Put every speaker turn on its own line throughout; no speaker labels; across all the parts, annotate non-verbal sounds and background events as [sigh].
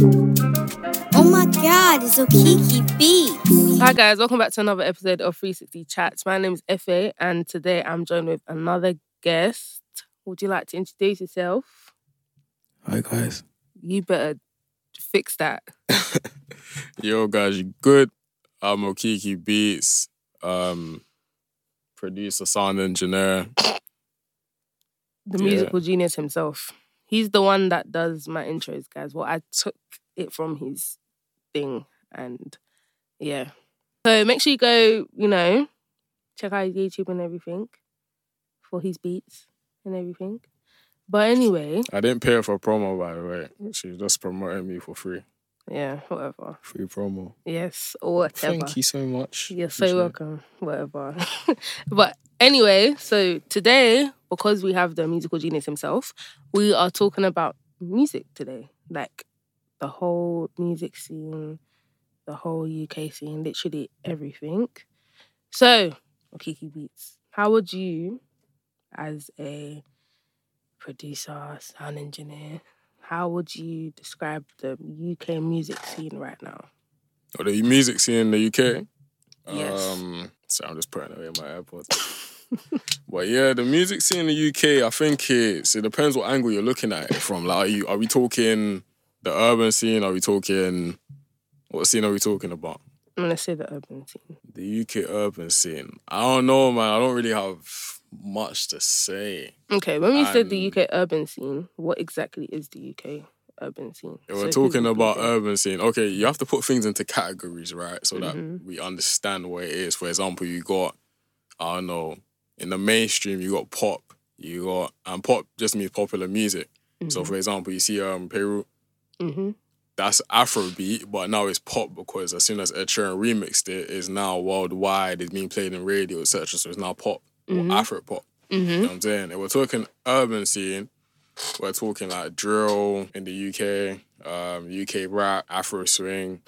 Oh my god, it's Okiki Beats.
Hi guys, welcome back to another episode of 360 Chats. My name is Efe, and today I'm joined with another guest. Would you like to introduce yourself?
Hi guys.
You better fix that.
Yo guys, you good? I'm Okiki Beats, um, producer, sound engineer.
The
Yeah.
musical genius himself. He's the one that does my intros, guys. Well, I took it from his thing, and yeah. So make sure you go, you know, check out his YouTube and everything for his beats and everything. But anyway,
I didn't pay her for promo, by the way. She's just promoting me for free.
yeah, whatever.
Free promo.
Yes, or whatever.
Thank you so much.
You're so
Appreciate it.
welcome. Whatever. but anyway, so today, because we have the musical genius himself, we are talking about music today. Like the whole music scene, the whole UK scene, literally everything. So, Kiki Beats, how would you, as a producer, sound engineer, how would you describe the UK music scene right now?
Or Oh, the music scene in the UK.
Mm-hmm. Yes.
Um, so I'm just putting away my AirPods. [laughs] but yeah, the music scene in the UK, I think it's it depends what angle you're looking at it from. Like, are you are we talking the urban scene? Are we talking what scene are we talking about?
I'm gonna say the urban scene.
The UK urban scene. I don't know, man. I don't really have much to say.
Okay, when we said the
Um,
UK urban scene, what exactly is the UK urban scene?
If
So
We're
who
talking
would be
about
there?
urban scene. Okay, you have to put things into categories, right? So
Mhm.
that we understand what it is. For example, you got, I don't know, in the mainstream, you got pop, you got, and pop just means popular music.
Mm-hmm,
So, for example, you see um Peru,
Mhm,
that's Afrobeat, but now it's pop because as soon as Ed Sheeran remixed it, it's now worldwide, it's being played in radio, etc. So it's now pop,
Mhm.
or Afro pop. You
mhm,
[laughs] know what I'm saying? If we're talking urban scene, we're talking like drill in the UK, um, UK rap, Afro swing.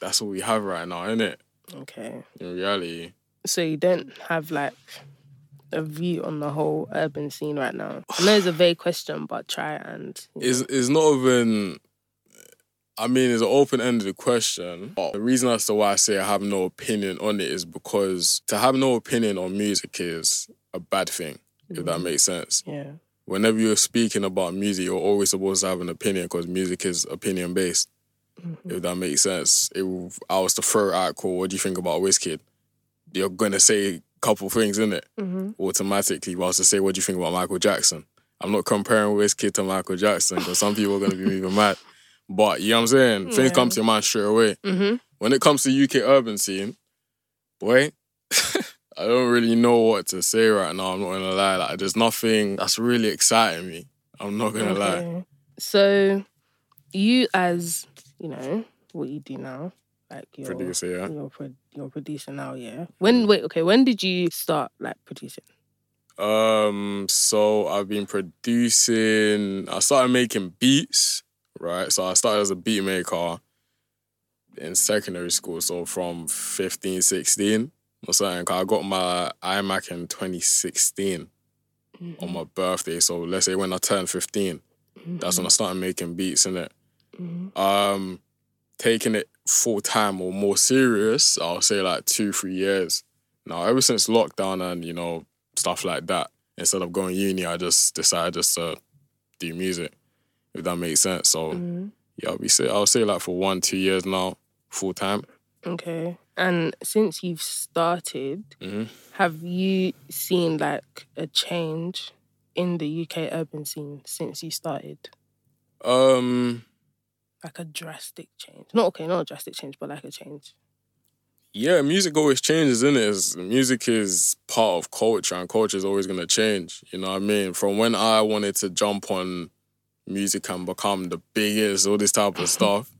That's what we have right now, isn't it?
mhm. Okay,
In reality.
so you don't have like a view on the whole urban scene right now. I know it's a vague question, but try and you
It's
know.
it's not even I mean, it's an open ended question. But the reason as to why I say I have no opinion on it is because to have no opinion on music is a bad thing, if that makes sense.
mm-hmm, yeah,
Whenever you're speaking about music, you're always supposed to have an opinion because music is opinion based.
mhm,
if that makes sense. If I was to throw it out, cool, what do you think about Wizkid? You're gonna say a couple things, isn't it?
mhm,
Automatically, if I was to say, what do you think about Michael Jackson? I'm not comparing Wizkid to Michael Jackson because some people are gonna be moving mad. But you know what I'm saying?
Yeah.
Things come to your mind straight away.
mhm.
When it comes to UK urban scene, boy, [laughs] I don't really know what to say right now. I'm not gonna lie. Like, there's nothing that's really exciting me. I'm not gonna lie.
Okay. So you, as you know, what you do now, like your
Producer, yeah.
You're, pro- you're producing now, yeah. Uh, Mm. When wait, okay. When did you start like producing?
Um, so I've been producing. I started making beats, right? So I started as a beat maker in secondary school. So from 15, 16 or something. 'Cause I got my iMac in 2016
Mm-hmm.
on
Mm.
my birthday. So let's say when I turned 15, that's when I started making beats, innit?
Mhm.
Um, taking it full time or more serious, I'll say like two, three years. Now, ever since lockdown and you know stuff like that, instead of going uni, I just decided just to do music, if that makes sense. So
Mhm.
yeah, I'll be say I'll say like for one, two years now, full time.
Okay. And since you've started,
Mhm.
have you seen like a change in the UK urban scene since you started?
Um,
Like a drastic change? Not okay, not a drastic change, but like a change.
yeah, music always changes, isn't it? It's- music is part of culture, and culture is always gonna change. You know what I mean? From when I wanted to jump on music and become the biggest, all this type of stuff,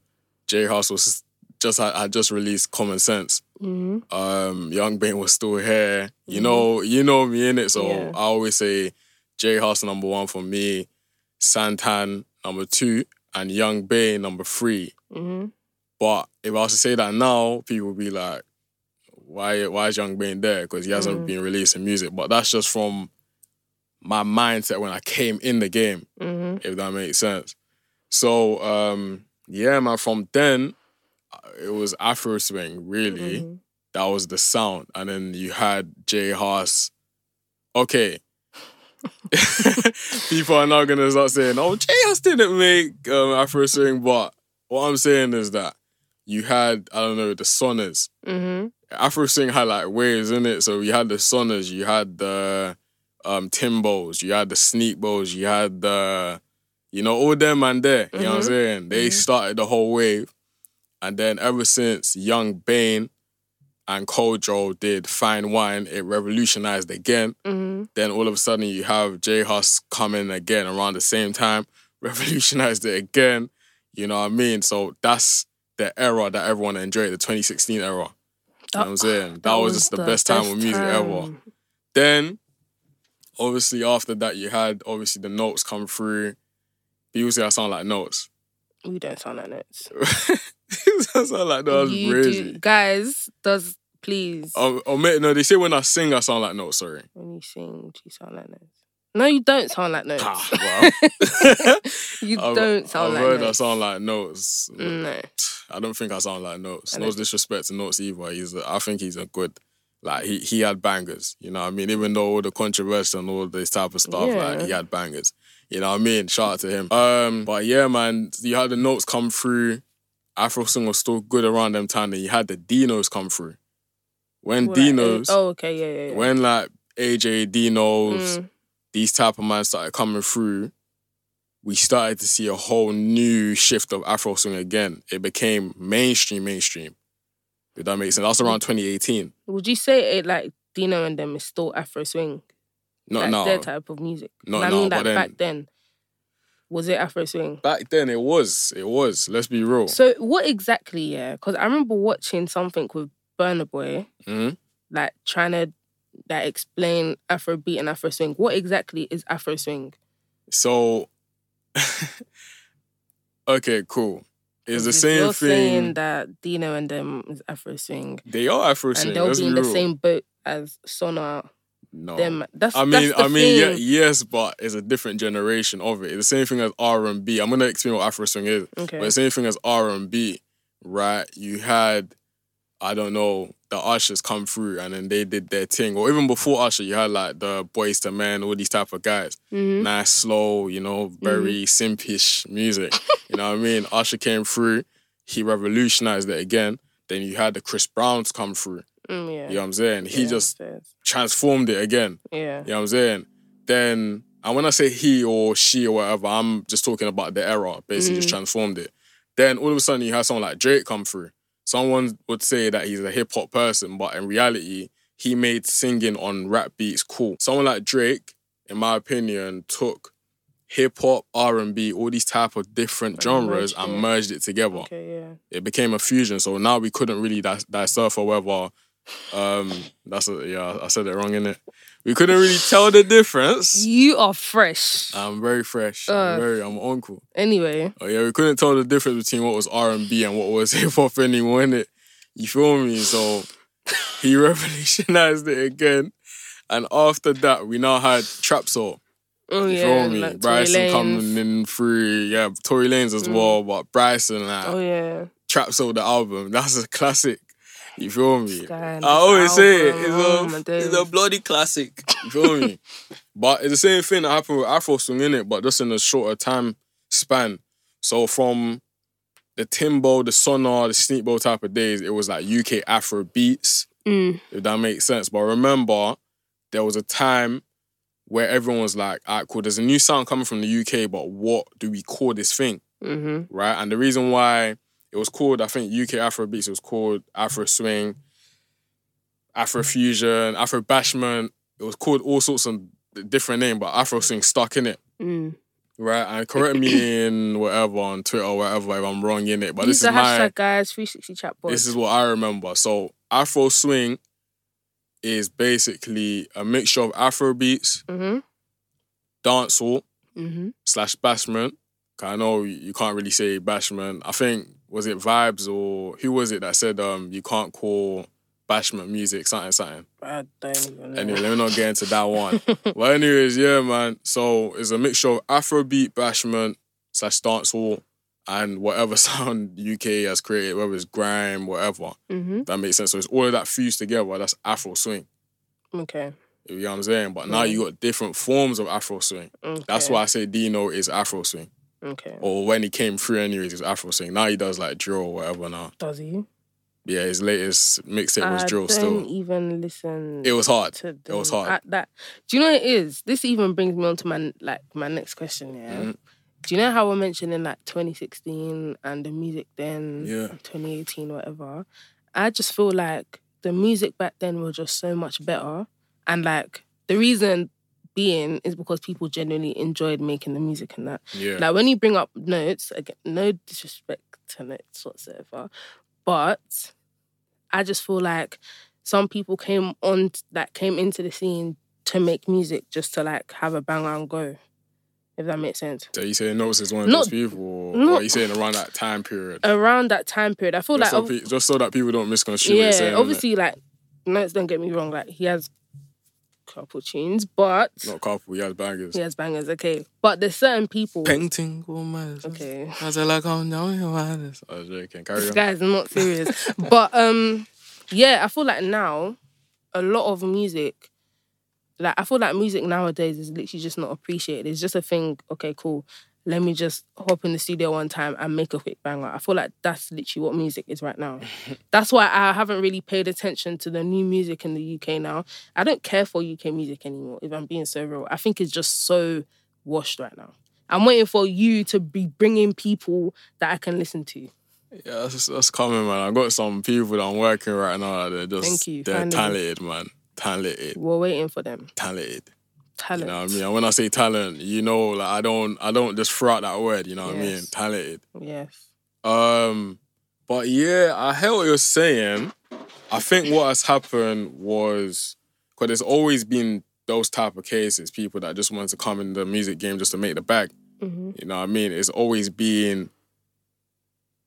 J House was just I, I just released Common Sense.
Mm-hmm.
Um, Young Bane was still here. You
Mhm.
know, you know me in it. So
Yeah.
I always say J House number one for me, Santan number two, and Young Bane number three.
Mm-hmm.
But if I was to say that now, people would be like, why why is Young Bane there? Because he hasn't
Mm.
been releasing music. But that's just from my mindset when I came in the game,
Mm-hmm.
if that makes sense. So um, yeah, man. From then, uh, it was Afro swing
Mm-hmm.
really. That was the sound, and then you had Jay Haas. Okay. [laughs] People are now gonna start saying, "Oh, Jay Haas didn't make um, Afro swing," but what I'm saying is that you had I don't know the Sonners.
Mm-hmm.
Afro Sing had like waves in it. So you had the Sonners, you had the um Timbos, you had the Sneak Bows, you had the you know, all them and there. You know what I'm
Mhm.
saying? They
Mhm.
started the whole wave. And then ever since Young Bane and Kojo did Fine Wine, it revolutionized again.
Mm-hmm.
Then all of a sudden you have J Hus coming again around the same time, [laughs] revolutionized it again. You know what I mean? So that's the era that everyone enjoyed, the 2016 era. You know what
[sighs]
I'm saying? That, was, just the, best time with music ever. Then, obviously, after that, you had obviously the notes come through. People say I sound like notes. [laughs]
We don't sound like notes.
I sound like notes. That's
You do,
crazy.
guys. Does please
Oh, oh, mate, no, they say when I sing, I sound like notes.
[laughs]
Sorry.
when you sing, do you sound like notes? No, you don't sound like notes.
Ah, wow.
you
[laughs] I've-
don't sound
I've
like
heard I
notes. Mm,
sound like notes.
No.
I don't think I sound like Notes.
I
No
don't-
disrespect to Notes either. He's a, I think he's a good like he he had bangers. You know what I mean? Even though all the controversy and all this type of stuff, like
Yeah.
he had bangers. You know what I mean? Shout out to him. Um but yeah man, you had the notes come through. Afro Sing was still good around them time and you had the Dinos come through. When
Well, like,
Dinos
Oh, okay, yeah, yeah. yeah.
when like AJ Dinos,
Mm,
these type of man started coming through, we started to see a whole new shift of Afro swing again. It became mainstream, mainstream. If that makes sense. That's around 2018.
Would you say it like Dino and them is still Afro swing?
Not
like
now.
their type of music.
Not
I
now,
mean,
but
like
then-
back then, was it Afro swing?
Back then it was. It was. Let's be real.
So what exactly? Yeah, because I remember watching something with Burna Boy,
Mhm.
like trying to like explain Afrobeat and Afro swing. What exactly is Afro swing?
So [laughs] okay, cool. It's
'Cause
the
if
same
you're
thing.
Saying that Dino and them is Afro swing,
they are Afro
and
swing.
they'll
Let's
be
be
in
real.
the same boat as Sona.
no.
Them. That's
I mean,
that's the
I mean, yeah,
thing.
yes, but it's a different generation of it. It's the same thing as R and B. I'm gonna explain what Afro swing is.
Okay.
But the same thing as R and B, right? You had, I don't know, the ushers come through and then they did their thing. Or even before Usher, you had like the boys to men, all these type of guys.
Mhm.
Nice, slow, you know, very
Mm-hmm.
simpish music. you know what
[laughs]
I mean? Usher came through, he revolutionized it again. Then you had the Chris Browns come through.
Mm, yeah.
You know what I'm saying? He
Yeah,
just
upstairs.
transformed it again.
Yeah.
You know what I'm saying? Then, and when I say he or she or whatever, I'm just talking about the era, basically just
Mhm.
transformed it. Then all of a sudden you have someone like Drake come through. Someone would say that he's a hip hop person, but in reality, he made singing on rap beats cool. Someone like Drake, in my opinion, took hip hop, R and B, all these type of different
And
genres
merged it.
and merged it together
Okay. Yeah.
it became a fusion. So now we couldn't really dis- dissect or whether um that's a, yeah, I said it wrong in it. We couldn't really tell the difference.
You are fresh.
I'm very fresh.
Uh.
I'm very I'm an uncle.
anyway.
Oh yeah, we couldn't tell the difference between what was R and B and what was [laughs] hip hop anymore, innit? You feel me? So he [laughs] revolutionized it again. And after that, we now had Trap Soul.
Oh
You
yeah.
feel me?
like Tory
Bryson
Lanez.
coming in through, yeah, Tory Lanez as
Mm.
well, but Bryson, like,
Oh yeah.
Trap Soul the album. That's a classic. You feel me?
Sky
I
and
always
this
say it.
album.
It's
Oh, my
a,
days.
it's a bloody classic. You feel me? But it's the same thing that happened with Afro Swing, innit? But just in a shorter time span. So from the Timbo, the Sonar, the Sneakbo type of days, it was like UK Afro beats,
Mm.
if that makes sense. But remember, there was a time where everyone was like, all right, cool, there's a new sound coming from the UK, but what do we call this thing?
Mm-hmm.
right? And the reason why it was called, I think, UK Afro Beats, it was called Afro Swing, Afro Fusion, Afro Bashment. It was called all sorts of different name, but Afro Swing stuck in it,
Mm.
right? And correct me in whatever on Twitter or whatever if I'm wrong in it, but
Use
this
the
is
hashtag
my
guys 360 chatbot.
this is what I remember. So Afro Swing is basically a mixture of Afro beats,
Mm-hmm.
dancehall,
Mm-hmm.
slash bashment. 'Cause I know you can't really say bashment. I think was it vibes or who was it that said um you can't call bashment music, something, something.
I don't even know.
Anyway, let me not get into that
[laughs]
one. but anyways, yeah, man. So it's a mixture of Afrobeat, bashment, slash dancehall, and whatever [laughs] sound UK has created, whether it's grime, whatever.
hmm
That makes sense. So it's all of that fused together. That's Afro swing.
Okay.
You know what I'm saying? But now
Mm.
you got different forms of Afro swing.
okay.
That's why I say Dino is Afro swing.
Okay.
Or when he came through, anyways, it was Afro swing. Now he does like drill or whatever now.
Does he?
Yeah, his latest mixtape was
I
drill
don't
still.
even listen.
It was hard.
to
It was
them
hard.
At that, do you know what it is? This even brings me on to my like my next question. Yeah,
Mhm.
do you know how we're mentioning like 2016 and the music then,
Yeah.
2018, whatever? I just feel like the music back then was just so much better, and like the reason being is because people genuinely enjoyed making the music and that.
Yeah.
Like when you bring up notes, again, no disrespect to notes whatsoever, but I just feel like some people came on that came into the scene to make music just to like have a banger and go. If that makes sense.
so you saying Notes is one of
Not-
those people? Or
not-
what are you saying around that time period?
Around that time period, I feel
just,
like
so
ob-
pe- just so that people don't misconstrue what
yeah,
you're saying. innit?
obviously like notes. Don't get me wrong, like he has couple tunes, but
Not couple, he has bangers.
he has bangers. Okay, but there's certain people.
Painting woman.
Okay.
I said like I'm down your mind.
I was joking. Carry
This
on.
guy's not serious. but um, yeah, I feel like now a lot of music, like I feel like music nowadays is literally just not appreciated. It's just a thing. Okay, cool. Let me just hop in the studio one time and make a quick banger. I feel like that's literally what music is right
[laughs]
now. That's why I haven't really paid attention to the new music in the UK now. I don't care for UK music anymore, if I'm being so real. I think it's just so washed right now. I'm waiting for you to be bringing people that I can listen to.
Yeah, that's, that's coming, man. I got some people that I'm working right now. That they're just
Thank you,
they're
finally.
talented, man. Talented,
We're waiting for them.
talented. You
Talent.
know what I mean? And when I say talent, you know, like I don't I don't just throw out that word, you know what
Yes.
I mean? Talented.
Yes.
Um but yeah, I hear what you're saying. I think what has happened was because there's always been those type of cases, people that just want to come in the music game just to make the bag.
Mm-hmm.
You know what I mean? It's always been,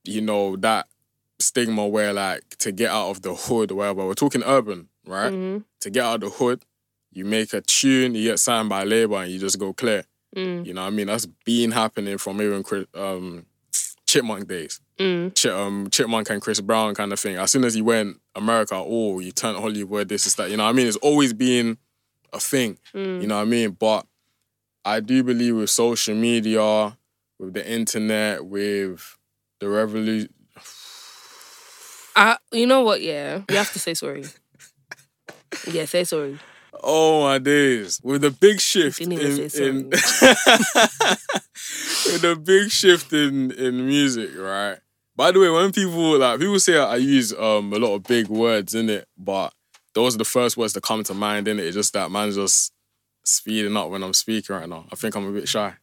you know, that stigma where like to get out of the hood or whatever. We're talking urban, right?
Mm-hmm.
To get out of the hood, you make a tune, you get signed by labor, and you just go clear. You know what I mean? That's been happening from even Chris- um, Chipmunk days.
Mm-hmm.
Chip, um, Chipmunk and Chris Brown kind of thing. As soon as he went America, oh, you turn Hollywood, this is that. You know what I mean? It's always been a thing.
Mm-hmm.
You know what I mean? But I do believe with social media, with the internet, with the revolution.
I, you know what? Yeah, you have to say
[laughs]
sorry. yeah, say sorry.
Oh my days! With the big shift in,
Didn't even say sorry.
in [laughs] with the big shift in in music, right? By the way, when people like people say I use um a lot of big words in it, but those are the first words that come to mind in it. It's just that man's just speeding up when I'm speaking right now. I think I'm a bit shy.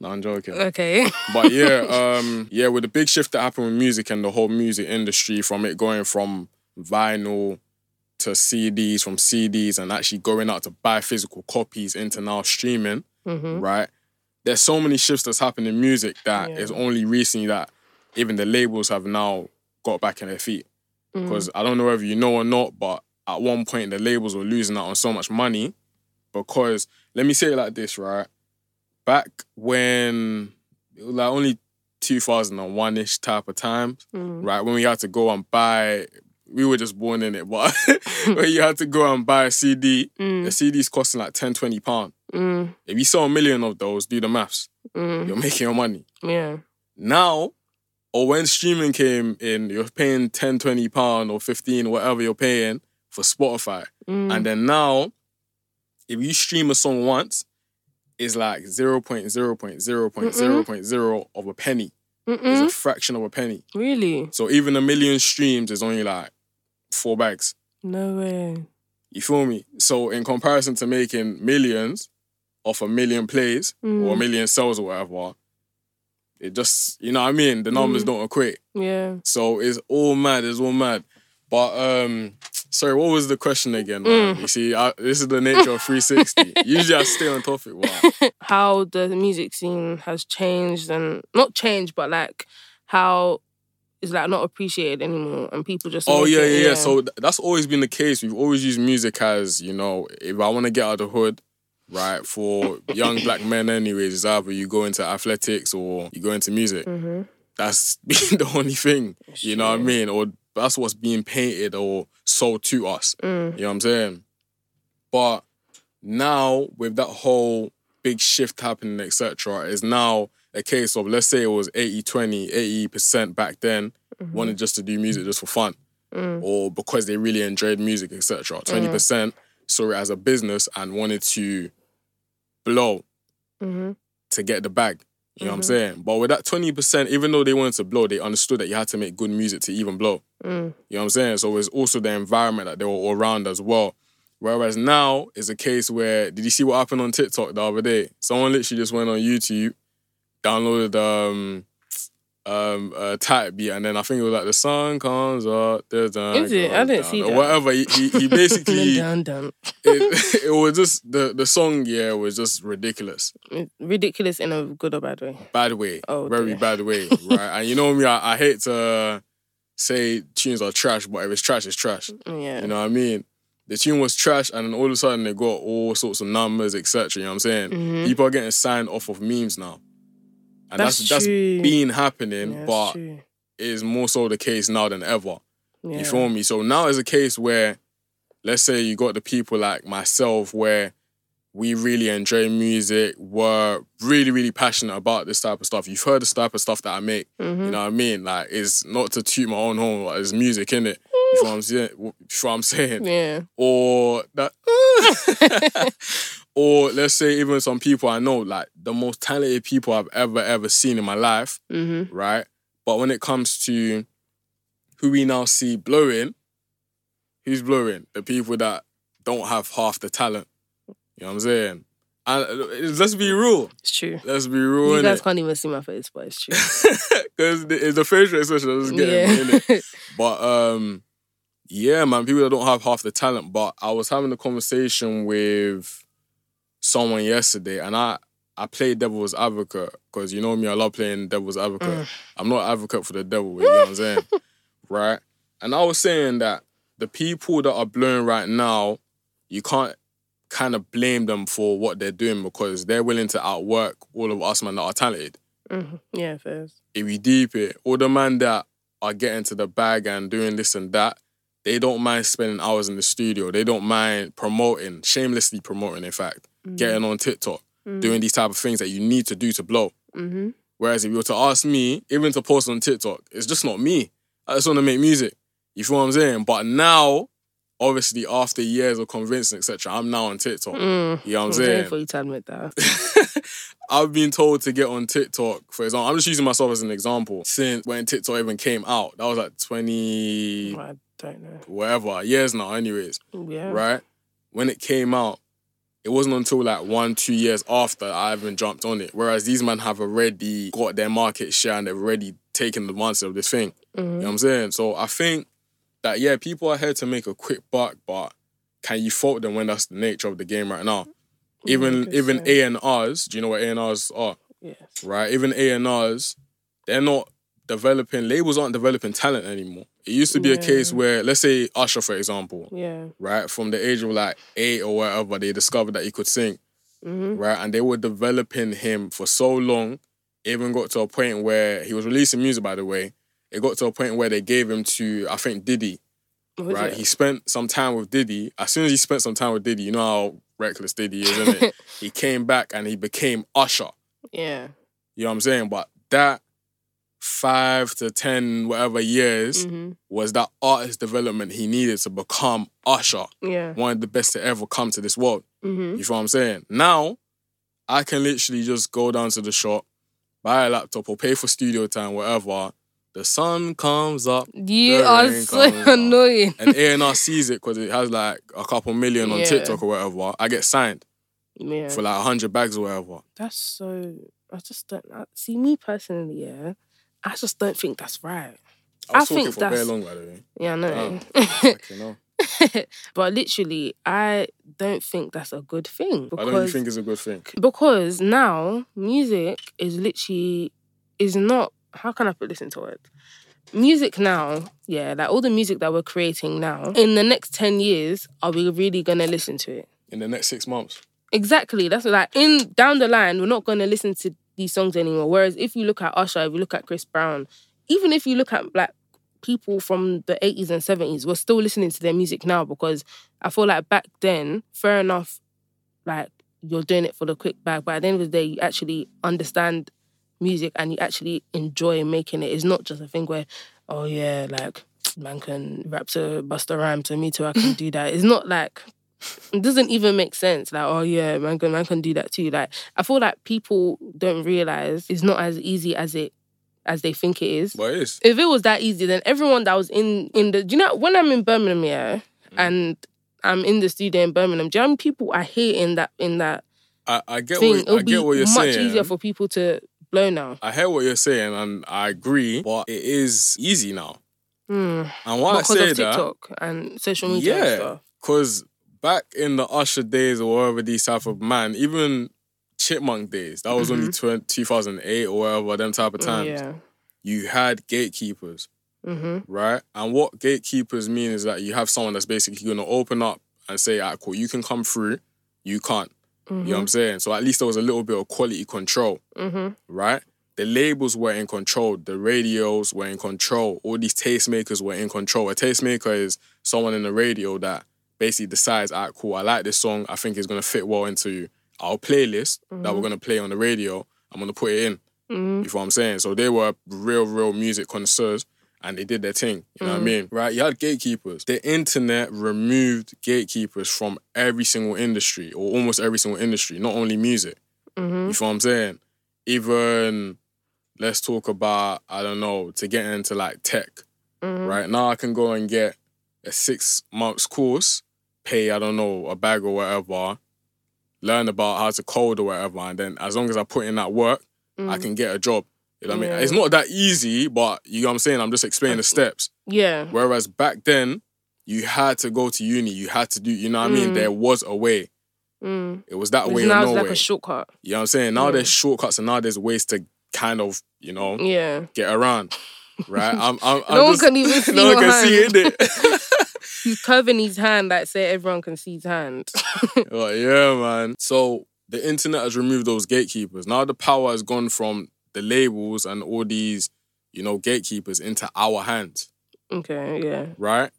No, I'm joking.
Okay.
But yeah, um, yeah, with the big shift that happened with music and the whole music industry, from it going from vinyl to CDs, from CDs, and actually going out to buy physical copies into now streaming,
Mm-hmm.
right? There's so many shifts that's happened in music that
Yeah.
it's only recently that even the labels have now got back on their feet.
Mm-hmm.
Because I don't know whether you know or not, but at one point the labels were losing out on so much money because let me say it like this, right? Back when it was like only 2001 ish type of time,
Mm.
right? When we had to go and buy, we were just born in it, but [laughs] when you had to go and buy a CD,
Mm-hmm. Mm.
the CD's costing like 10, 20 pounds. If you sell a million of those, do the maths, you're making your money.
Mm-hmm. Yeah.
Now, or when streaming came in, you're paying 10, 20 pounds or 15, whatever you're paying for Spotify.
Mm.
And then now, if you stream a song once, it's like 0.0.0.0.0 of a penny. It's
Mm-mm.
a fraction of a penny.
Really?
So even a million streams is only like four bags.
No way.
You feel me? So in comparison to making millions off a million plays or a
Mm.
million sales or whatever, it just, you know what I mean? The numbers
Mm.
don't equate.
Yeah.
So it's all mad. It's all mad. But um, sorry, what was the question again? man?
Mm.
You see, I, this is the nature of
[laughs]
360. Usually I stay on topic. Wow.
How the music scene has changed and not changed, but like how is like not appreciated anymore, and people just
Oh
make
yeah,
it,
yeah, yeah. So th- that's always been the case. We've always used music as you know, if I want to get out of the hood, right? For young black men, anyways, it's either you go into athletics or you go into music.
Mhm.
That's [laughs] been the only thing. You know what I mean? Or that's what's being painted or sold to us.
Mm.
You know what I'm saying? But now with that whole big shift happening, etc., is now a case of let's say it was 80 20, 80% back then, wanted just to do music just for fun
Mm.
or because they really enjoyed music, etc. 20% saw it as a business and wanted to blow
hmm
to get the bag. You know what I'm saying? But with that 20%, even though they wanted to blow, they understood that you had to make good music to even blow.
Mm.
You know what I'm saying? So it's also the environment that they were all around as well. Whereas now it's a case where did you see what happened on TikTok the other day? Someone literally just went on YouTube, downloaded um um a type beat, and then I think it was like the sun comes up, the sun
Is it? I
comes
didn't
down,"
see
or
that.
whatever. He, [laughs] he,
[laughs]
he basically it,
dun, dun.
it [laughs] was just the the song yeah was just ridiculous,
ridiculous in a good or bad way.
bad way,
Oh,
very
dear.
bad way, right? and you know me, I, I hate to say tunes are trash, but if it's trash, it's trash.
Yeah.
You know what I mean? The tune was trash, and then all of a sudden they got all sorts of numbers, etc. You know what I'm saying?
Mhm.
People are getting signed off of memes now, and that's
That's
that's,
true.
been happening,
Yeah, it's
but
true.
it's more so the case now than ever.
Yeah.
You feel me? So now is a case where, let's say you got the people like myself where we really enjoy music, we're really really passionate about this type of stuff. You've heard this type of stuff that I make. You
Mhm.
know what I mean? Like it's not to toot my own horn, but it's music in it. You feel what I'm saying? You feel what I'm saying?
Yeah.
or that [laughs] or let's say even some people I know, like the most talented people I've ever ever seen in my life,
hmm
right? But when it comes to who we now see blowing, who's blowing? The people that don't have half the talent. You know what I'm saying? And uh, let's be real.
It's true.
Let's be real.
you
[laughs]
guys
innit?
can't even see my face, but
[laughs]
it's true.
Because the, the facial expression is getting me, innit?
yeah. [laughs]
But um, yeah, man, people that don't have half the talent. But I was having a conversation with someone yesterday, and I I played devil's advocate because you know me, I love playing devil's advocate. I'm not an advocate for the devil, you know what I'm saying, right? And I was saying that the people that are blowing right now, you can't kind of blame them for what they're doing because they're willing to outwork all of us, man, that are talented
Mhm. Yeah, first.
if you deep it, all the man that are getting to the bag and doing this and that, they don't mind spending hours in the studio. They don't mind promoting, shamelessly promoting, in fact,
Mm-hmm. Mm.
getting on TikTok, doing these type of things that you need to do to blow.
Mm-hmm.
Whereas if you were to ask me, even to post on TikTok, it's just not me. I just want to make music. You feel what I'm saying? But now, obviously, after years of convincing, etc., I'm now on TikTok.
Mm.
You know what I'm
I'm
saying?
for you to admit that.
[laughs] I've been told to get on TikTok, for example. I'm just using myself as an example. Since when TikTok even came out, that was like 20
I don't know.
whatever years now, anyways,
Yeah.
right? When it came out, it wasn't until like one, two years after I even jumped on it. Whereas these men have already got their market share and they've already taken advantage of this thing.
Mm-hmm.
You know what I'm saying? So I think that, yeah, people are here to make a quick buck, but can you fault them when that's the nature of the game right now? Even even A and R's, do you know what A and R's are?
Yes.
right? Even A and R's, they're not developing. Labels aren't developing talent anymore. It used to be a
Yeah.
case where, let's say Usher, for example,
Yeah.
right, from the age of like eight or whatever, they discovered that he could sing,
Mm-hmm.
right, and they were developing him for so long. It even got to a point where he was releasing music. By the way, it got to a point where they gave him to I think Diddy, right? He spent some time with Diddy. As soon as he spent some time with Diddy, you know how reckless Diddy is,
[laughs]
isn't it? he came back and he became Usher.
Yeah.
You know what I'm saying? But that five to ten whatever years
hmm
was that artist development he needed to become Usher,
Yeah.
one of the best to ever come to this world.
Mm-hmm.
You feel what I'm saying? Now, I can literally just go down to the shop, buy a laptop or pay for studio time, whatever. The sun comes up.
You
The
are
rain
so
comes
[laughs]
down.
annoying.
And A&R sees it because it has like a couple million on
Yeah.
TikTok or whatever. I get signed
Yeah.
for like 100 bags or whatever.
That's so. I just don't I, see me personally. Yeah, I just don't think that's right.
I was
I
talking
think
for very
that's-
long, by the
[laughs]
way.
Yeah, I know.
Oh. Fucking hell.
but literally, I don't think that's a good thing
Why
because
don't you think it's a good thing?
because now music is literally is not. How can I put this into words? music now, yeah, like all the music that we're creating now, in the next 10 years, are we really going to listen to it?
in the next six months.
Exactly. That's like in down the line, we're not going to listen to these songs anymore. Whereas if you look at Usher, if you look at Chris Brown, even if you look at like people from the 80s and 70s, we're still listening to their music now because I feel like back then, fair enough, like you're doing it for the quick bag, but at the end of the day, you actually understand music and you actually enjoy making it. It's not just a thing where, oh yeah, like man can rap to bust a rhyme to me too, I can do that. It's not like it doesn't even make sense. Like, oh yeah, man can man can do that too. Like I feel like people don't realise it's not as easy as it as they think it is
But it is.
if it was that easy, then everyone that was in in the do you know when I'm in Birmingham, yeah,
Mm.
and I'm in the studio in Birmingham, do you know how many people I hear in that in that
I, I get
thing?
what I get what you're
much
saying.
easier for people to blow now.
I hear what you're saying and I agree, but it is easy now.
Mm.
And why
Because
I say
of
that,
TikTok and social media and
Yeah.
stuff. Mm,
because back in the Usher days or whatever these type of man, even Chipmunk days, that was only 20, 2008 or whatever, them type of times,
Mm, Yeah.
you had gatekeepers,
Mm-hmm.
right? And what gatekeepers mean is that you have someone that's basically going to open up and say, all right, cool, you can come through, you can't. You know what I'm saying? So at least there was a little bit of quality control.
Mm-hmm.
right? The labels were in control. The radios were in control. All these tastemakers were in control. A tastemaker is someone in the radio that basically decides, all right, cool, I like this song. I think it's going to fit well into our playlist that we're going to play on the radio. I'm going to put it in.
Mhm.
You feel what I'm saying? So they were real, real music connoisseurs and they did their thing. You know what I mean? Right? You had gatekeepers. The internet removed gatekeepers from every single industry or almost every single industry, not only music.
Mm-hmm.
You feel what I'm saying? Even let's talk about, I don't know, to get into like tech.
Mhm.
Right now I can go and get a six months course, pay, I don't know, a bag or whatever, learn about how to code or whatever, and then as long as I put in that work,
mm-hmm. Mm.
I can get a job. You know what I
Yeah.
mean? It's not that easy, but you know what I'm saying? I'm just explaining the steps.
Yeah.
Whereas back then, you had to go to uni, you had to do, you know what I mean?
Mm.
There was a way.
Mm.
It was that
Because
way or
now
no
it's like
way.
a shortcut.
You know what I'm saying? Now
Yeah.
there's shortcuts and now there's ways to kind of, you know,
Yeah.
get around. Right? I'm, I'm, I'm
no one
just-
can even see
[laughs] no
your
one can
hand.
see it, innit?
[laughs] He's curving his hand like say everyone can see his hand.
Like, yeah, man. So the internet has removed those gatekeepers. Now the power has gone from the labels and all these, you know, gatekeepers into our hands,
okay. Yeah.
right?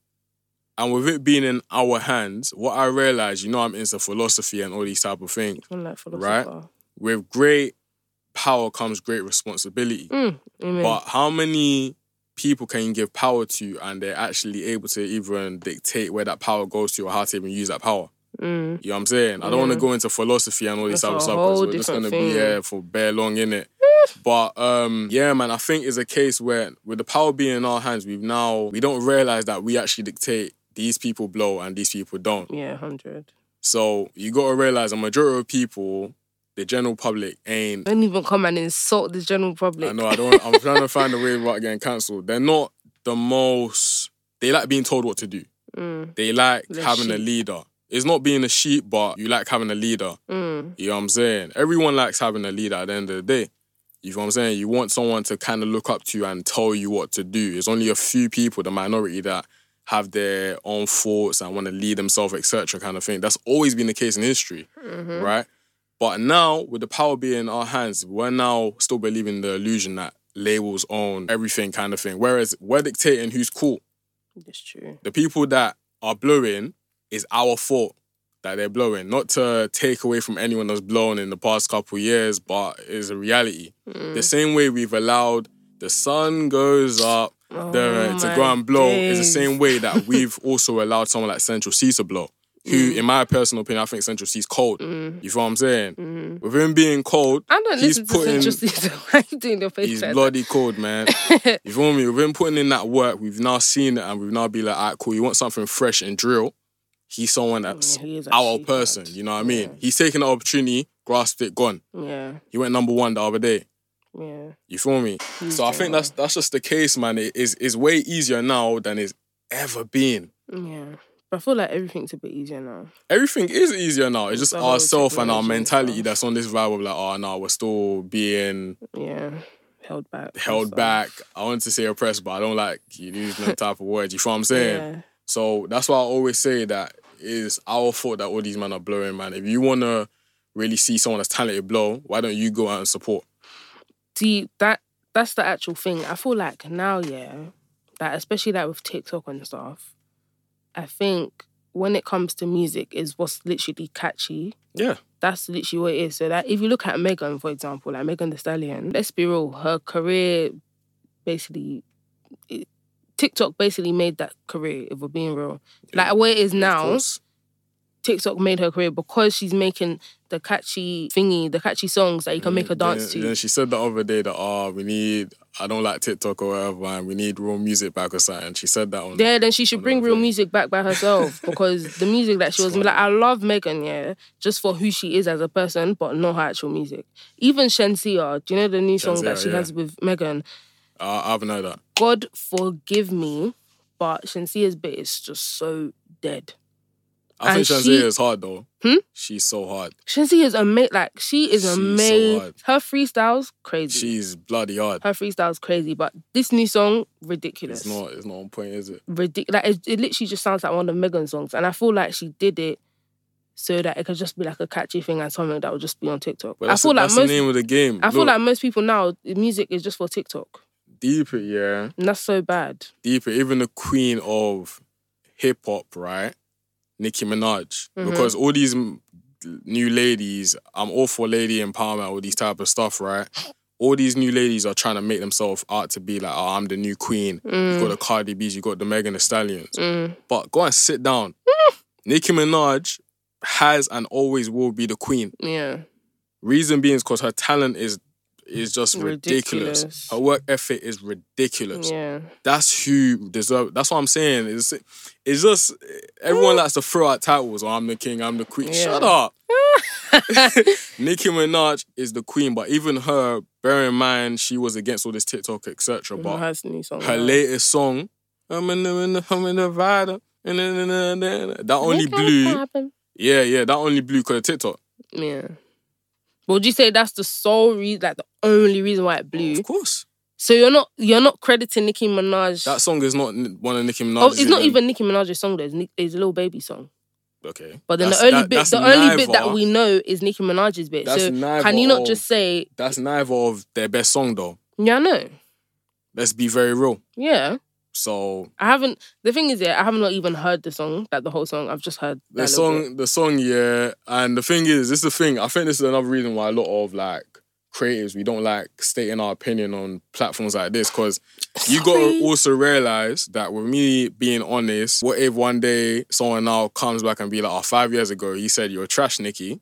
And with it being in our hands, what I realized, you know, I'm into philosophy and all these type of things.
I'm like
Right.
philosopher.
With great power comes great responsibility.
Mm. Amen.
But how many people can you give power to and they're actually able to even dictate where that power goes to or how to even use that power?
mm.
You know what I'm saying? I don't want to go into philosophy and all this
That's
type
a
of stuff
whole
because we're just
different
gonna
thing.
be here for bare long, innit? but um, yeah, man, I think it's a case where with the power being in our hands, we've now we don't realise that we actually dictate these people blow and these people don't.
Yeah, hundred.
So you gotta realise a majority of people, the general public ain't
Don't even come and insult the general public.
I know. I don't. I'm trying to find a way without getting cancelled. They're not the most. They like being told what to do.
Mm,
They like
They're
having a
sheep.
leader. It's not being a sheep, but you like having a leader.
mm,
You know what I'm saying? Everyone likes having a leader at the end of the day. You know what I'm saying? You want someone to kind of look up to you and tell you what to do. There's only a few people, the minority, that have their own thoughts and want to lead themselves, etc. kind of thing. That's always been the case in history, right? But now, with the power being in our hands, we're now still believing the illusion that labels own everything kind of thing. Whereas we're dictating who's cool.
that's true.
The people that are blowing is our fault that they're blowing. Not to take away from anyone that's blown in the past couple years, but it's a reality.
Mm.
The same way we've allowed the sun goes up the,
Oh
to
my
go and blow
days.
is the same way
[laughs]
that we've also allowed someone like Central C to blow. Who,
Mm.
in my personal opinion, I think Central C's cold. You feel what I'm saying? With him being cold,
Mm. Mm-hmm. I don't
he's
listen
putting
to Justin. [laughs] So why you doing your face
He's
like
bloody
[laughs]
cold, man. you feel me? We've been putting in that work. We've now seen it, and we've now be like, all right, cool. You want something fresh and drill? He's someone that's
Yeah, he is
our
actually
person.
bad.
You know what I mean? He's taken the opportunity, grasped it, gone.
that? Yeah,
He went number one the other day.
yeah.
You feel me? So I think that's that's just the case, man. It is is way easier now than it's ever been.
Yeah. But I feel like everything's a bit easier now.
Everything is easier now. It's just
The whole
ourself and
technology
our
and
mentality
stuff.
that's on this vibe of like, oh no, we're still being
Yeah. held back. or
held
so.
back. I wanted to say oppressed, but I don't like you use no type of words. You feel what I'm saying?
Yeah.
So that's why I always say that it's our fault that all these men are blowing, man. If you wanna really see someone that's talented blow, why don't you go out and support?
See that that's the actual thing. I feel like now, yeah, that especially like with TikTok and stuff, I think when it comes to music is what's literally catchy.
Yeah.
That's literally what it is. So that if you look at Megan, for example, like Megan the Stallion, let's be real, her career basically it, TikTok basically made that career, if we're being real. Like where it is
Of
now,
course.
TikTok made her career because she's making the catchy thingy, the catchy songs that you can make her dance
then,
to.
Then she said the other day that oh, we need I don't like TikTok or whatever, and we need real music back or something. She said that on
Yeah, then she should
on
bring
the
real
thing.
music back by
[laughs]
herself because the music that she was
Sorry.
like, I love Megan, yeah, just for who she is as a person, but not her actual music. Even Shensia, do you know the new song that
Shensia,
she
yeah.
has with Megan?
I, I haven't heard that.
God forgive me, but Shensia's bit is just so dead.
I
And
think Shanzia
she-
is hard though.
Hmm?
She's so hard.
Shensia is amazing. Like she is
She's so
amazing.
hard.
her freestyles crazy.
She's bloody hard.
her freestyles crazy, but this new song ridiculous.
It's not it's not on point, is it?
ridiculous. Like, it, it literally just sounds like one of Megan's songs, and I feel like she did it so that it could just be like a catchy thing and something that would just be on TikTok. I
But that's,
feel
the,
like
that's the
most.
name of the game.
I feel
Look,
like most people now, music is just for TikTok,
deeper, yeah.
and that's so bad.
deeper, even the queen of hip hop, right? Nicki Minaj.
Mhm.
Because all these m- new ladies, I'm all for lady empowerment, all these type of stuff, right? All these new ladies are trying to make themselves out to be like, oh, I'm the new queen. You got the Cardi B's, you got the Megan Thee Stallions.
Mm.
But go and sit down. Nicki Minaj has and always will be the queen.
Yeah,
Reason being is because her talent is is just ridiculous.
Ridiculous.
Her work ethic is ridiculous [laughs]
yeah.
that's who deserve. That's what I'm saying. It's, it's just everyone likes to throw out titles. Oh, I'm the king. I'm the queen.
Yeah.
Shut up. Nicki Minaj is the queen, but even her, bear in mind, she was against all this TikTok, etc. But
Her new song.
her
now.
latest song, I'm in the, in the, I'm in the rider, and then- and then- and then- that only blew. Yeah, yeah, that only blew because of TikTok.
Yeah. Would you say that's the sole reason, like the only reason why it blew?
Of course,
So you're not you're not crediting Nicki Minaj.
that song is not n- one of Nicki Minaj's.
oh, it's not even Nicki Minaj's song though. It's, Nick, it's Lil Baby's song.
okay.
But then
That's-
the only
that-
bit,
that's
the only bit that
neither-
we know is Nicki Minaj's bit.
That's
So
neither
can you not
of-
just say,
That's neither of their best song though.
yeah, I know,
Let's be very real.
yeah.
So
I haven't. The thing is, yeah, I have not even heard the song, like the whole song. I've just heard
the
that little
song,
bit.
the song, yeah. And the thing is, this is the thing. I think this is another reason why a lot of like creatives we don't like stating our opinion on platforms like this because you got
Sorry.
to also realize that with me being honest, what if one day someone now comes back and be like, "Oh, five years ago you said you're trash, Nikki."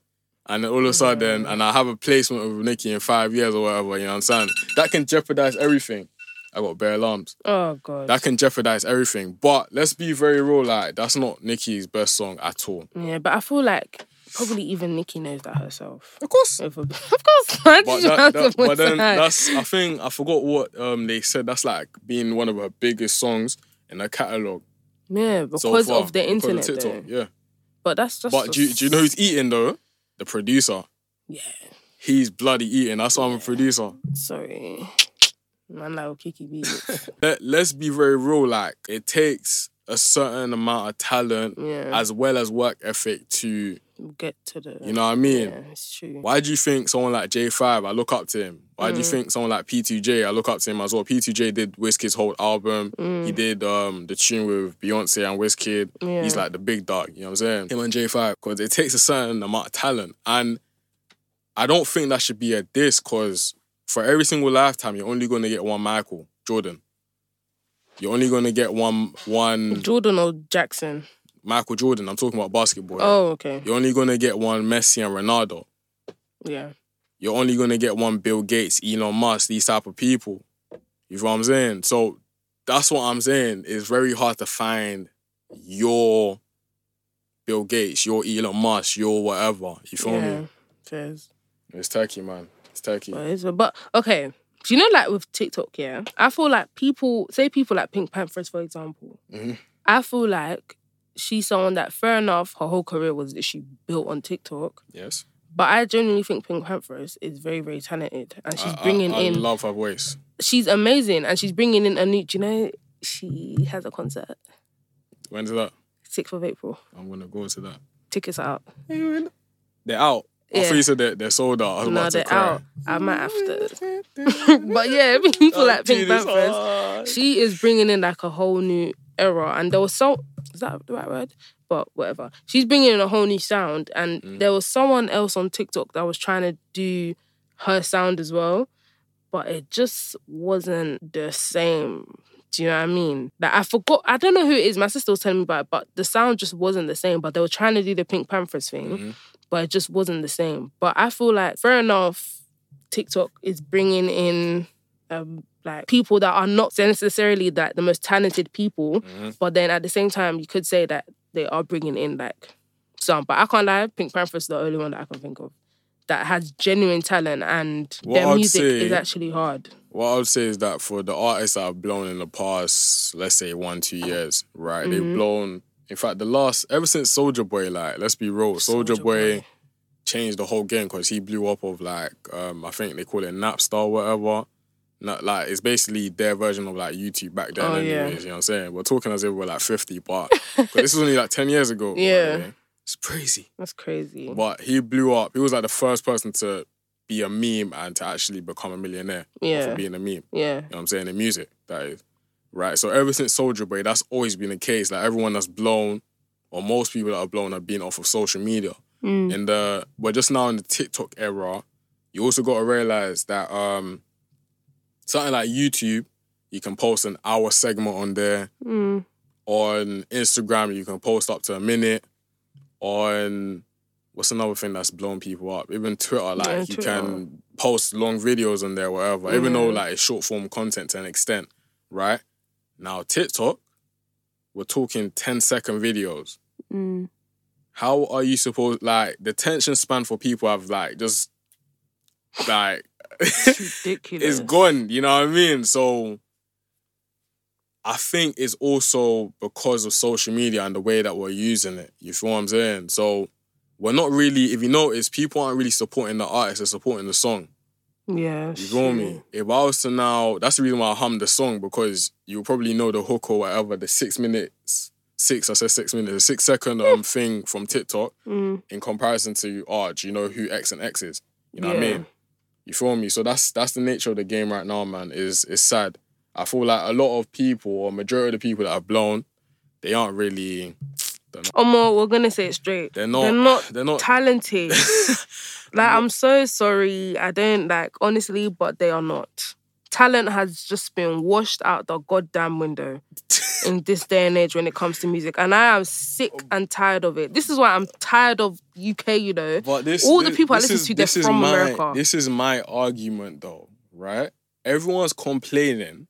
And then all of a sudden, and I have a placement of Nikki in five years or whatever, you know what I'm saying? That can jeopardize everything. I got bare alarms.
Oh god.
That can jeopardize everything. But let's be very real, like that's not Nicki's best song at all.
yeah, but I feel like probably even Nicki knows that herself.
Of course.
If- [laughs] of course, why did
But,
you
that,
have
that,
to
but
put
then
that?
that's uh, I think I forgot what um they said. That's like being one of her biggest songs in her catalog
yeah,
so
because
far,
of the
because
internet.
of TikTok,
though.
yeah.
But that's just.
But do you, do you know who's eating though? The producer.
Yeah.
He's bloody eating. That's why I'm a producer.
Sorry, man, like
[laughs]
Kiki B.
Let, let's be very real. Like it takes a certain amount of talent
Yeah,
as well as work ethic to
get to the.
you know what I mean.
Yeah, it's true.
Why do you think someone like J5, I look up to him? Why
Mm.
do you think someone like P2J, I look up to him as well? P2J did Wizkid's whole album.
Mm,
He did um, the tune with Beyonce and Wizkid. He's
Yeah.
like the big dog, you know what I'm saying? Him and J5, because it takes a certain amount of talent. And I don't think that should be a diss, because for every single lifetime, you're only going to get one Michael, Jordan. You're only going to get one one
Jordan or Jackson?
Michael Jordan. I'm talking about basketball. here.
Oh, okay.
You're only going to get one Messi and Ronaldo.
Yeah.
you're only gonna get one Bill Gates, Elon Musk, these type of people. You know what I'm saying? So that's what I'm saying. It's very hard to find your Bill Gates, your Elon Musk, your whatever. You feel
yeah.
me?
Fairs.
It's turkey, man. It's turkey.
But, it's- but okay. Do you know like with TikTok, yeah? I feel like people say people like Pink Panthers, for example.
Mhm.
I feel like she's someone that fair enough, her whole career was that she built on TikTok.
Yes.
But I genuinely think Pink Panthers is very, very talented, and she's
I- I-
bringing
I,
in.
love her voice.
she's amazing, and she's bringing in a new. Do you know she has a concert
When's that?
sixth of April?
I'm gonna go to that.
Tickets are out.
They're out. Oh, I
Yeah.
thought you said they're, they're sold out. I was
No,
about to
they're
cry.
out. I might have to. [laughs] but yeah, people like Pink Panthers. she is bringing in like a whole new era, and there was so is that the right word? But whatever, she's bringing in a whole new sound, and there was someone else on TikTok that was trying to do her sound as well, but it just wasn't the same. Do you know what I mean? Like I forgot. I don't know who it is. My sister was telling me about it, but the sound just wasn't the same. But they were trying to do the Pink Panthers thing,
Mm-hmm.
but it just wasn't the same. But I feel like fair enough. TikTok is bringing in um, like people that are not necessarily like the most talented people,
Mm-hmm.
but then at the same time, you could say that they are bringing in like some. But I can't lie, Pink Panther's the only one that I can think of that has genuine talent and
What
their
I'd
music
say-
is actually hard.
What I would say is that for the artists that I've blown in the past, let's say one, two years, right?
Mm-hmm.
They've blown. In fact, the last ever since Soldier Boy, like let's be real, Soldier
Soulja
Boy,
Boy.
changed the whole game because he blew up of like um, I think they call it Napster or whatever. Not, like it's basically their version of like YouTube back then.
Oh, yeah.
anyways, you know what I'm saying? We're talking as if we're like
[laughs]
50, but 'cause this was only like 10 years ago. by the
Yeah.
way. it's crazy.
That's crazy.
But he blew up. He was like the first person to be a meme and to actually become a millionaire
Yeah.
for being a meme.
Yeah.
You know what I'm saying? In music, that is. Right. So ever since Soldier Boy, that's always been the case. Like everyone that's blown, or most people that are blown have been off of social media.
Mm,
In the we're just now in the TikTok era, you also gotta realize that um something like YouTube, you can post an hour segment on there.
Mm.
On Instagram, you can post up to a minute. On what's another thing that's blown people up? Even Twitter, like
Yeah,
you
Twitter.
can post long videos on there, whatever. Even though like it's short form content to an extent, right? Now TikTok, we're talking 10 second videos.
Mm.
How are you supposed like the attention span for people have like just like [laughs]
It's ridiculous.
[laughs] it's gone. You know what I mean? So I think it's also because of social media and the way that we're using it. You feel what I'm saying? So we're not really, if you notice, people aren't really supporting the artist, they're supporting the song.
Yeah.
You feel me?
shit.
If I was to now, that's the reason why I hummed the song because you'll probably know the hook or whatever, the six minutes, six, I said six minutes, the six second um, thing from TikTok
Mm.
in comparison to, oh, do you know who X and X is? You know what I
Yeah.
mean? You feel me? So that's that's the nature of the game right now, man. Is it's sad. I feel like a lot of people, or majority of the people that have blown, they aren't really
Omo, we're gonna say it straight.
They're not-
They're not.
they're not- [laughs]
talented. like I'm so sorry. I don't like honestly, but they are not. Talent has just been washed out the goddamn
[laughs]
window in this day and age when it comes to music, and I am sick
Oh.
and tired of it. This is why I'm tired of UK. You know,
But this
all the
this-
people I
this
listen
is-
to, they're
this is
from
my-
America.
This is my argument though, right? Everyone's complaining.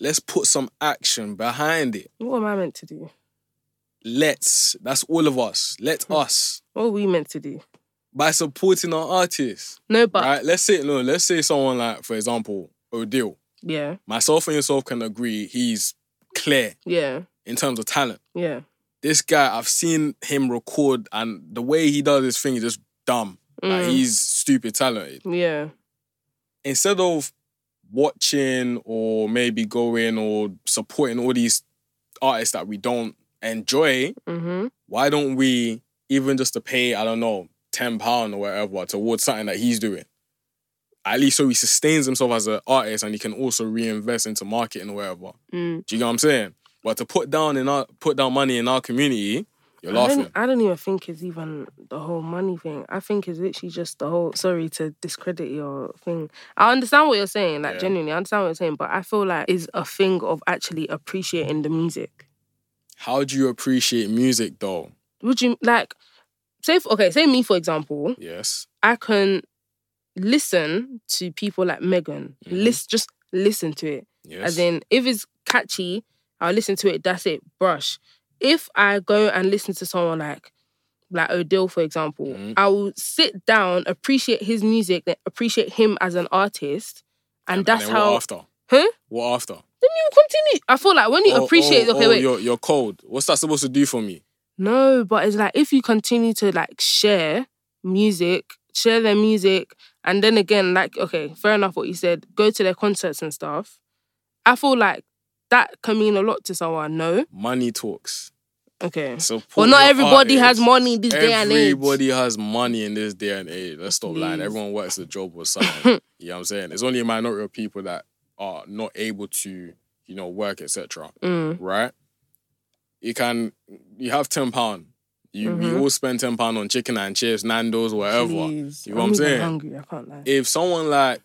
Let's put some action behind it.
What am I meant to do?
Let's. That's all of us. Let us.
What are we meant to do?
By supporting our artists.
No, but
right? Let's say no, let's say someone like, for example, Odile.
yeah,
Myself and yourself can agree he's clear
yeah,
in terms of talent.
yeah.
this guy, I've seen him record, and the way he does his thing is just dumb.
Mm.
Like he's stupid talented.
Yeah,
Instead of watching or maybe going or supporting all these artists that we don't enjoy,
mm-hmm.
why don't we even just to pay, I don't know, ten pound or whatever towards something that he's doing? At least so he sustains himself as an artist and he can also reinvest into marketing or whatever.
Mm.
Do you get what I'm saying? But to put down in our put down money in our community, you're
I
laughing.
don't, I don't even think it's even the whole money thing. I think it's literally just the whole. Sorry to discredit your thing. I understand what you're saying, like
Yeah.
genuinely, I understand what you're saying, but I feel like it's a thing of actually appreciating the music.
How do you appreciate music though?
Would you like say? For, okay, say me for example.
Yes.
I can listen to people like Megan.
Mhm.
List just listen to it.
Yes.
As in, if it's catchy, I'll listen to it. That's it. Brush. If I go and listen to someone like like Odell, for example,
Mhm.
I will sit down, appreciate his music, then appreciate him as an artist, and, that's
then
how.
What after?
Huh?
What after?
Then you continue. I feel like when you
Oh,
appreciate,
oh,
okay,
oh,
wait,
You're, you're cold. What's that supposed to do for me?
no, but it's like if you continue to like share music share their music. And then again, like, okay, fair enough what you said, go to their concerts and stuff. I feel like that can mean a lot to someone, no?
Money talks.
Okay.
Support
Well, not
your
everybody has
artists.
money this day and age.
Everybody has money in this day and age. Let's stop lying.
Please.
Everyone works a job
[laughs]
or something. you know what I'm saying? It's only a minority of people that are not able to, you know, work, etc.
Mm,
Right? You can you have ten pound. You we
Mhm.
all spend ten pound on chicken and chips, Nando's, whatever.
please.
You know what I'm
even
saying?
hungry, I can't lie.
If someone like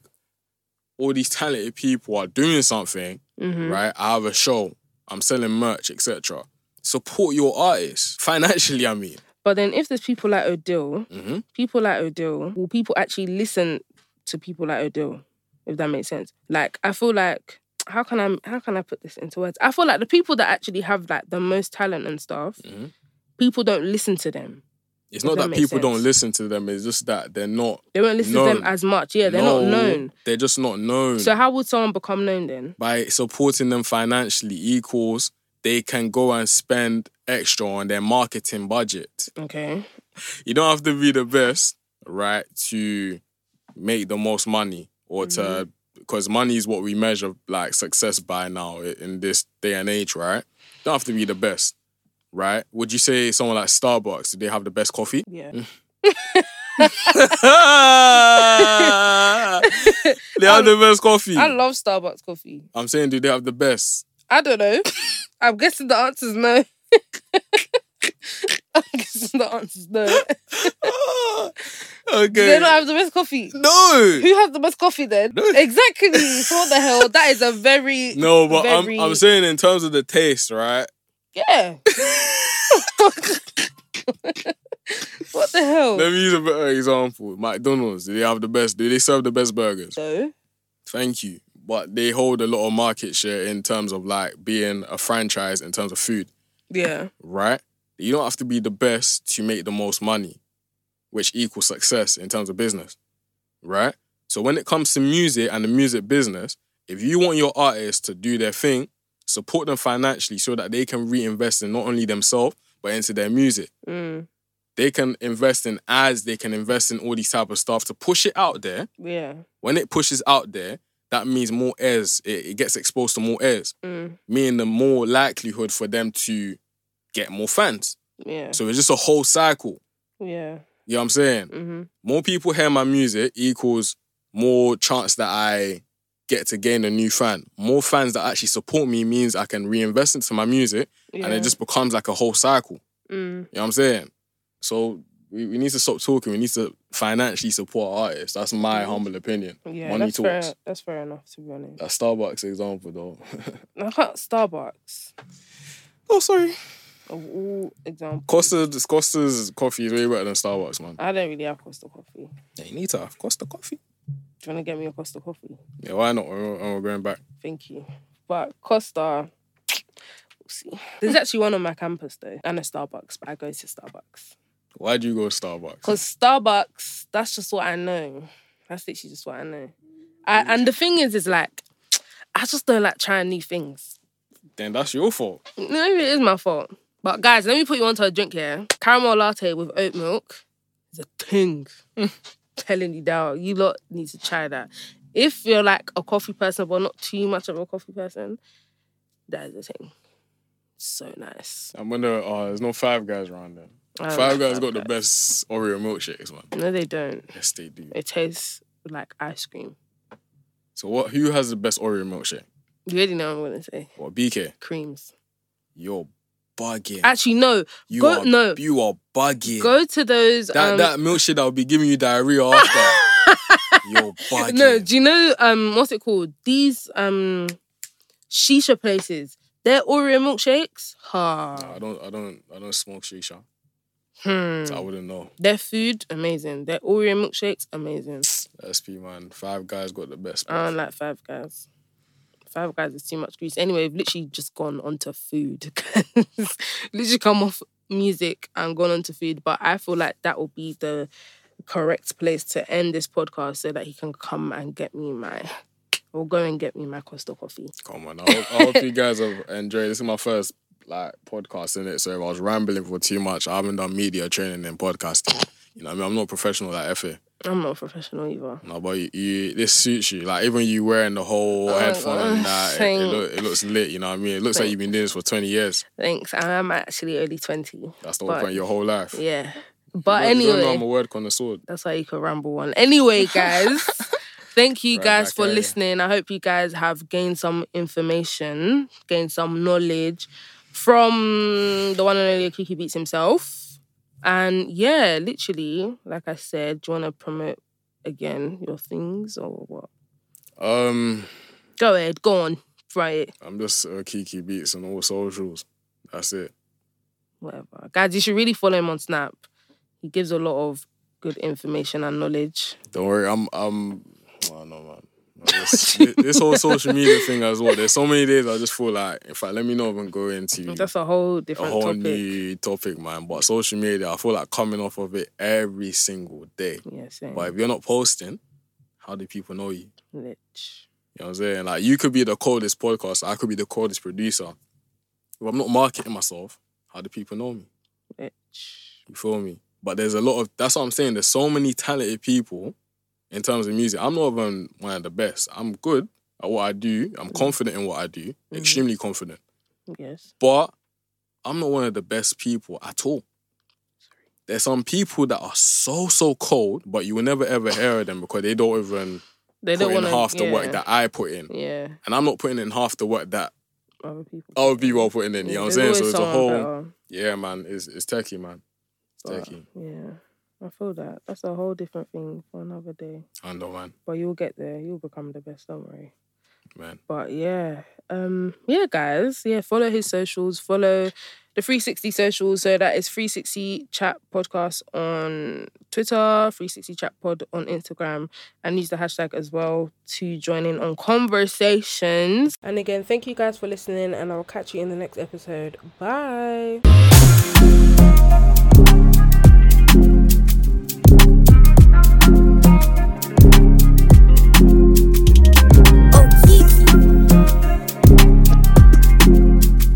all these talented people are doing something,
Mhm.
right? I have a show, I'm selling merch, etc. Support your artists financially. I mean,
But then if there's people like Odell,
Mhm.
people like Odell, will people actually listen to people like Odell? If that makes sense. Like I feel like how can I how can I put this into words? I feel like the people that actually have like the most talent and stuff,
Mhm.
people don't listen to them.
it's
If
not
that
that
makes
people don't
sense.
listen to them. It's just that they're not.
They won't listen to them
Known.
as much. Yeah, they're not
known.
known.
They're just not known.
So how would someone become known then?
By supporting them financially equals they can go and spend extra on their marketing budget.
Okay.
You don't have to be the best, right, to make the most money or to
Mm-hmm.
because money is what we measure like success by now i- in this day and age, right? Don't have to be the best, right? Would you say someone like Starbucks, do they have the best coffee?
Yeah.
they have the best coffee.
I love Starbucks coffee.
I'm saying, do they have the best?
I don't know. I'm guessing the answer's no. [laughs] I'm guessing the answer's no.
[laughs] okay.
They don't have the best coffee.
no.
Who has the best coffee then?
No.
Exactly. So what the hell? That is a very
No, but
very-
I'm I'm saying in terms of the taste, right?
yeah. [laughs] what the hell?
Let me use a better example. McDonald's, do they have the best? Do they serve the best burgers?
So
Thank you. But they hold a lot of market share in terms of like being a franchise in terms of food,
yeah,
right? You don't have to be the best to make the most money, which equals success in terms of business, right? So when it comes to music and the music business, if you want your artists to do their thing, support them financially so that they can reinvest in not only themselves but into their music.
Mm,
They can invest in ads, they can invest in all these type of stuff to push it out there.
yeah.
When it pushes out there, that means more airs. It, it gets exposed to more airs,
Mm,
meaning the more likelihood for them to get more fans.
yeah,
So it's just a whole cycle.
yeah.
You know what I'm saying?
Mm-hmm.
More people hear my music equals more chance that I get to gain a new fan. More fans that actually support me means I can reinvest into my music
yeah.
and it just becomes like a whole cycle.
Mm,
You know what I'm saying? So we, we need to stop talking. We need to financially support artists. That's my humble opinion.
yeah.
Money
that's
talks.
fair. That's fair enough. To be honest,
That Starbucks example though. [laughs]
I can't Starbucks.
oh sorry.
Of all examples,
Costa's Costa's coffee is way better than Starbucks, man.
I don't really have Costa coffee.
Yeah, you need to have Costa coffee.
Do you want to get me a Costa coffee?
Yeah, why not? We're, we're going back.
Thank you. But Costa, we'll see. There's actually one on my campus though, and a Starbucks. But I go to Starbucks
Why do you go Starbucks?
because Starbucks. That's just what I know. That's literally just what I know. I, and the thing is, is like, I just don't like trying new things.
then that's your fault.
Maybe it is my fault. But guys, let me put you onto a drink here. Caramel latte with oat milk is a thing.
Mm.
[laughs] Telling you now, you lot need to try that. If you're like a coffee person, but not too much of a coffee person, that is a thing. So nice.
I'm wonder. Uh, there's no Five Guys around there.
I don't
Five
like
Guys
Five
got the best Oreo milkshakes, man.
No, they don't.
Yes, they do.
It tastes like ice cream.
So what? Who has the best Oreo milkshake?
You already know what I'm gonna say.
Well, BK,
Creams.
you're bugging.
Actually, no.
you
go-
are
no.
You are bugging.
Go to those.
that
um, [laughs]
that milkshake that will be giving you diarrhea after. you're bugging.
No, do you know um what's it called? These um shisha places, their Oreo milkshakes.
Nah,
Ha.
I don't. I don't. I don't smoke shisha. So I
Hmm.
wouldn't know.
Their food amazing. Their Oreo milkshakes amazing.
SP man, Five Guys got the best.
I
man.
don't like Five Guys. Five Guys is too much grease. Anyway, we've literally just gone onto food. [laughs] literally come off music and gone onto food. But I feel like that will be the correct place to end this podcast so that he can come and get me my, or go and get me my Costa coffee.
Come on, I hope, I hope you guys have enjoyed. This is my first like podcast in it, so if I was rambling for too much, I haven't done media training and podcasting. You know, what I mean, I'm not a professional like FA.
I'm not a professional either.
No, but you, you this suits you. Like even you wearing the whole
Oh my
headphone
God,
and that, it, it,
thanks.
look, it looks lit. You know what I mean? It looks like you've been doing this for twenty years.
Thanks. I am actually only 20.
That's the whole
But-
point. Your whole life.
Yeah. But
You don't- you don't know I'm a
anyway,
word connoisseur.
that's why you could ramble on.
[laughs]
Anyway, guys, thank you
Right
guys
back
for
at ya.
listening. I hope you guys have gained some information, gained some knowledge from the one and only Kiki Beats himself. And yeah, literally, like I said, do you want to promote again your things or what?
Um,
Go ahead, go on, try it,
I'm just uh, Kiki Beats on all socials. That's it.
whatever. Guys, you should really follow him on Snap. He gives a lot of good information and knowledge.
Don't worry. I'm. I'm. I don't know, man. No, This, thi- this whole social media thing as well. There's so many days I just feel like, in fact, let me not even go into
That's a whole
a
different
whole
topic.
new topic, man. But social media, I feel like coming off of it every single day.
Yeah, same.
But if you're not posting, how do people know you?
Lich.
You know what I'm saying? Like you could be the coldest podcast, I could be the coldest producer. If I'm not marketing myself, how do people know me?
Lich.
You feel me? But there's a lot of that's what I'm saying. There's so many talented people in terms of music. I'm not even one of the best. I'm good at what I do.
Mm.
I'm confident in what I do. Extremely confident.
Yes.
But I'm not one of the best people at all. There's some people that are so so cold, but you will never ever hear of them because they don't even
They
put
don't want
in half the
yeah,
work that I put in.
Yeah,
And I'm not putting in half the work that
other people.
other people are putting in. Oh, You know what I'm saying? So it's a whole
Better.
Yeah, man, it's it's techie, man. It's
But,
techie.
yeah, I feel that. That's a whole different thing for another day.
I know, man.
But you'll get there. You'll become the best. Don't worry.
Man.
But yeah, um, yeah, guys, yeah, follow his socials. Follow the 360 socials. So that is 360 Chat Podcast on Twitter, 360 Chat Pod on Instagram, and use the hashtag as well to join in on conversations. And again, thank you guys for listening, and I'll catch you in the next episode. Bye.
Oh,